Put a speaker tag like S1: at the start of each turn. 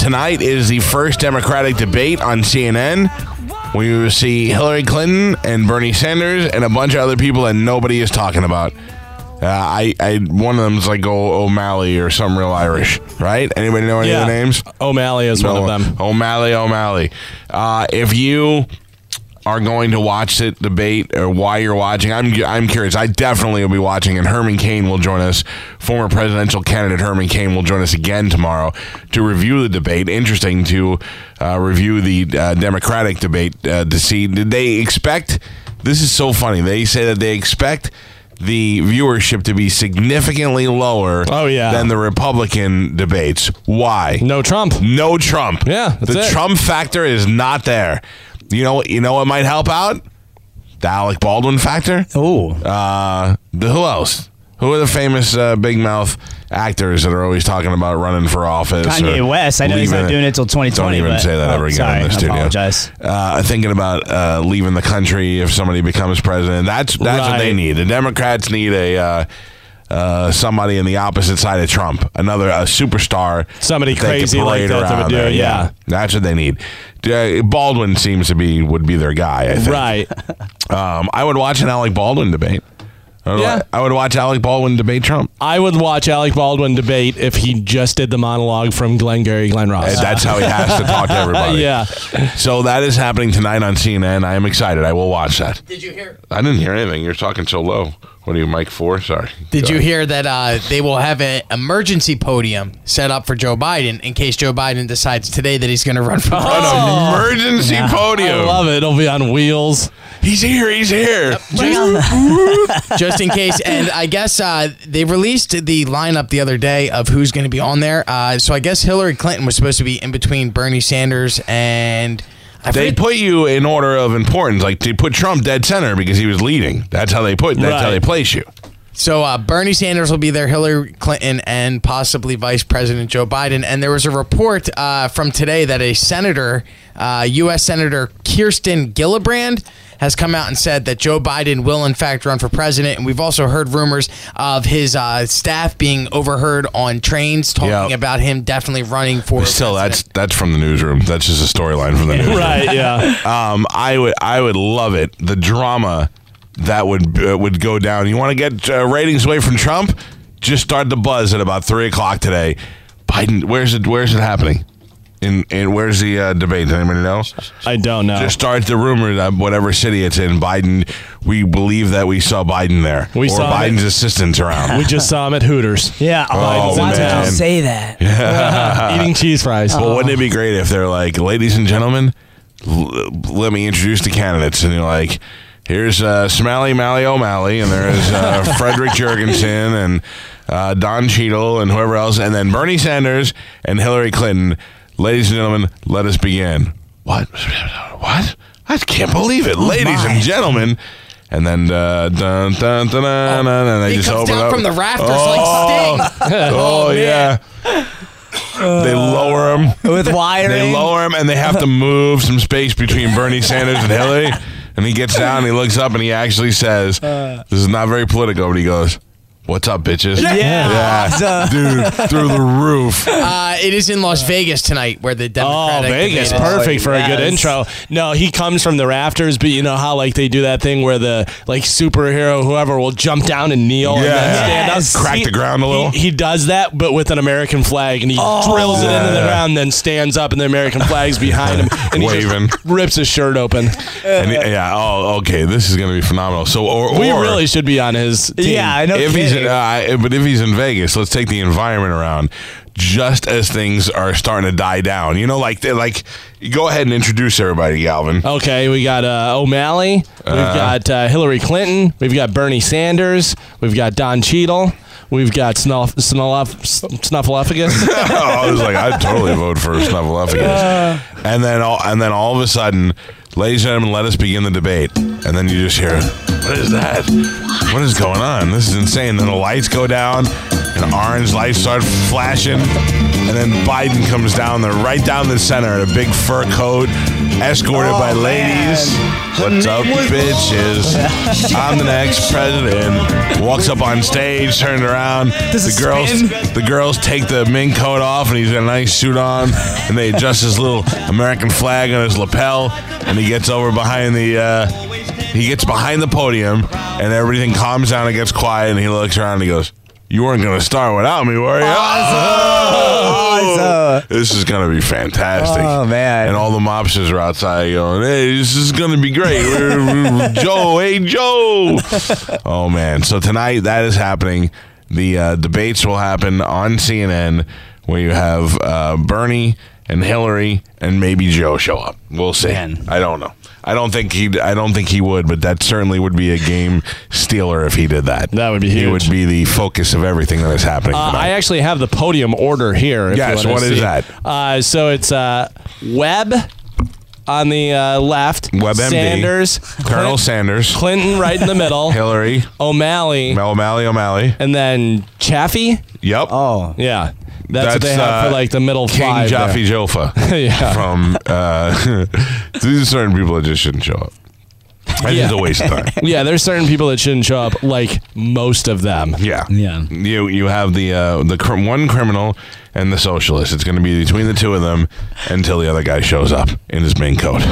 S1: tonight is the first Democratic debate on CNN. We will see Hillary Clinton and Bernie Sanders and a bunch of other people that nobody is talking about. Uh, I, I, one of them's like o- O'Malley or some real Irish, right? Anybody know any of the names?
S2: O'Malley is one
S1: O'Malley,
S2: of them.
S1: O'Malley, O'Malley. Uh, if you are going to watch the debate or why you're watching, I'm I'm curious. I definitely will be watching, and Herman Cain will join us. Former presidential candidate Herman Cain will join us again tomorrow to review the debate. Interesting to uh, review the uh, Democratic debate uh, to see did they expect. This is so funny. They say that they expect the viewership to be significantly lower
S2: Oh, yeah.
S1: than the Republican debates. Why?
S2: No Trump.
S1: No Trump.
S2: Yeah, that's
S1: the
S2: it.
S1: Trump factor is not there. You know, you know what might help out? The Alec Baldwin factor.
S2: Oh.
S1: Uh, the who else? Who are the famous uh, big mouth actors that are always talking about running for office?
S3: Kanye
S1: or
S3: West. I know he's not
S1: leaving
S3: doing it till 2020.
S1: Don't even
S3: but-
S1: say that
S3: oh,
S1: ever again
S3: sorry,
S1: in the studio.
S3: I apologize.
S1: Uh, thinking about uh, leaving the country if somebody becomes president. That's that's what they
S2: Right.
S1: need. The Democrats need a. Uh, uh, somebody in the opposite side of Trump, another a superstar,
S2: Somebody
S1: that they could
S2: crazy like
S1: parade
S2: that that
S1: around
S2: would do
S1: there.
S2: it, yeah.
S1: that's what they need. Uh, Baldwin seems to be would be their guy. I think.
S2: Right.
S1: Um, I would watch an Alec Baldwin debate. I would,
S2: Yeah.
S1: I would watch Alec Baldwin debate Trump.
S2: I would watch Alec Baldwin debate if he just did the monologue from Glengarry Glen Ross.
S1: And that's how he has to talk to everybody.
S2: Yeah.
S1: So that is happening tonight on CNN. I am excited. I will watch that.
S4: Did you hear?
S1: I didn't hear anything. You're talking so low. What are you, Mike? Four? Sorry.
S4: Did you hear that uh, they will have an emergency podium set up for Joe Biden in case Joe Biden decides today that he's going to run for president?
S1: An emergency
S2: Oh. I
S1: podium.
S2: love it. It'll be on wheels.
S1: he's here. He's here.
S4: just in case. And I guess uh, they released the lineup the other day of who's going to be on there. Uh, so I guess Hillary Clinton was supposed to be in between Bernie Sanders and. I
S1: They
S4: forget-
S1: put you in order of importance. Like they put Trump dead center because he was leading. That's how they put. That's how
S2: Right.
S1: they place you.
S4: so uh, Bernie Sanders will be there, Hillary Clinton, and possibly Vice President Joe Biden. And there was a report uh, from today that a senator, uh, U.S. Senator Kirsten Gillibrand, has come out and said that Joe Biden will in fact run for president. And we've also heard rumors of his uh, staff being overheard on trains talking
S1: Yeah.
S4: about him definitely running for.
S1: Still, that's
S4: president.
S1: that's from the newsroom. That's just a storyline from the newsroom.
S2: Right. Yeah.
S1: Um, I would I would love it. The drama that would uh, would go down. You want to get uh, ratings away from Trump? Just start the buzz at about three o'clock today. Biden, where's it? Where's it happening? In and where's the uh, debate? Does anybody know?
S2: I don't know.
S1: Just start the rumor that whatever city it's in, Biden. We believe that we saw Biden there,
S2: We
S1: or
S2: saw him
S1: Biden's assistants around.
S2: we just saw him at Hooters.
S3: Yeah.
S1: Oh,
S3: why did
S1: man.
S3: you say that?
S2: Eating cheese fries.
S1: But wouldn't it be great if they're like, ladies and gentlemen, l- let me introduce the candidates, and you're like, here's uh, Smalley Mally O'Malley, and there's uh, Frederick Jurgensen, and uh, Don Cheadle, and whoever else, and then Bernie Sanders and Hillary Clinton. Ladies and gentlemen, let us begin. What? What? I can't believe it, ladies and gentlemen. And then uh, dun dun dun dun, dun and they
S4: He
S1: just
S4: comes
S1: open
S4: down
S1: up
S4: from the rafters
S1: Oh.
S4: like Sting.
S1: Oh, yeah. They lower him.
S3: With wiring.
S1: They lower him and they have to move some space between Bernie Sanders and Hillary. And he gets down and he looks up and he actually says, This is not very political, but he goes, What's up, bitches? Yeah.
S3: Duh.
S1: Dude, through the roof.
S4: Uh, it is in Las Vegas tonight where the
S2: Oh,
S4: Democratic
S2: Vegas,
S4: debate is.
S2: perfect for a good
S3: Yes.
S2: intro. No, he comes from the rafters, but you know how like they do that thing where the like superhero whoever will jump down and kneel and
S1: Yeah.
S2: then stand
S3: Yes.
S2: up,
S1: Crack
S2: He-
S1: the ground a little. Oh.
S2: He, he does that, but with an American flag, and he drills it into the
S1: Yeah.
S2: ground, then stands up, and the American flag's behind him, and he just
S1: Waving.
S2: rips his shirt open.
S1: And he- yeah, oh, okay, this is going to be phenomenal. So, or,
S2: We
S1: or
S2: really should be on his team.
S3: Yeah, I know.
S1: if he's in,
S3: kidding.
S1: uh, but if he's in Vegas, let's take the environment around. Just as things are starting to die down, you know, like they like, go ahead and introduce everybody, Galvin.
S2: Okay, we got uh, O'Malley. We've
S1: Uh-huh.
S2: got uh, Hillary Clinton. We've got Bernie Sanders. We've got Don Cheadle. We've got Snuff, Snuff, Snuffleupagus. Uh,
S1: I was like, I'd totally vote for Snuffleupagus. And then all and then all of a sudden, ladies and gentlemen, let us begin the debate. And then you just hear, what is that? What is going on? This is insane. Then the lights go down, and orange lights start flashing. And then Biden comes down there, right down the center, in a big fur coat, escorted
S4: Oh,
S1: by
S4: man.
S1: ladies. What's up, bitches? I'm the next president. Walks up on stage, turns around.
S4: Does
S1: the
S4: it
S1: girls,
S4: spin?
S1: the girls take the mink coat off, and he's got a nice suit on, and they adjust his little American flag on his lapel, and he gets over behind the. Uh, he gets behind the podium, and everything calms down and gets quiet, and he looks around and he goes, "You weren't gonna start without me, were you?" Oh! This is gonna be fantastic.
S3: Oh, man.
S1: And all the mobsters are outside going, "Hey, this is gonna be great." Joe, hey Joe. oh man! So tonight that is happening. The uh, debates will happen on CNN, where you have uh, Bernie and Hillary and maybe Joe show up. We'll see.
S3: Man.
S1: I don't know. I don't think he. I don't think he would, but that certainly would be a game stealer if he did that.
S2: That would be
S1: He
S2: huge.
S1: would be the focus of everything that is happening.
S2: Uh,
S1: tonight.
S2: I actually have the podium order here. if
S1: Yes,
S2: you wanna
S1: what is
S2: see.
S1: that?
S2: Uh, so it's uh, Webb on the uh, left,
S1: WebMD.
S2: Sanders,
S1: Colonel
S2: Clin-
S1: Sanders,
S2: Clinton right in the middle,
S1: Hillary,
S2: O'Malley,
S1: O'Malley, O'Malley.
S2: and then Chaffee.
S1: Yep.
S3: Oh,
S2: Yeah, that's, what they have
S1: uh,
S2: for like the middle
S1: King
S2: five. there.
S1: Jaffe Jofa
S2: Yeah.
S1: from uh, these are certain people that just shouldn't show up. That's
S2: Yeah.
S1: just a waste of time.
S2: Yeah, there's certain people that shouldn't show up, like most of them.
S1: Yeah,
S3: Yeah.
S1: You you have the uh, the cr- one criminal and the socialist. It's going to be between the two of them until the other guy shows up in his main coat.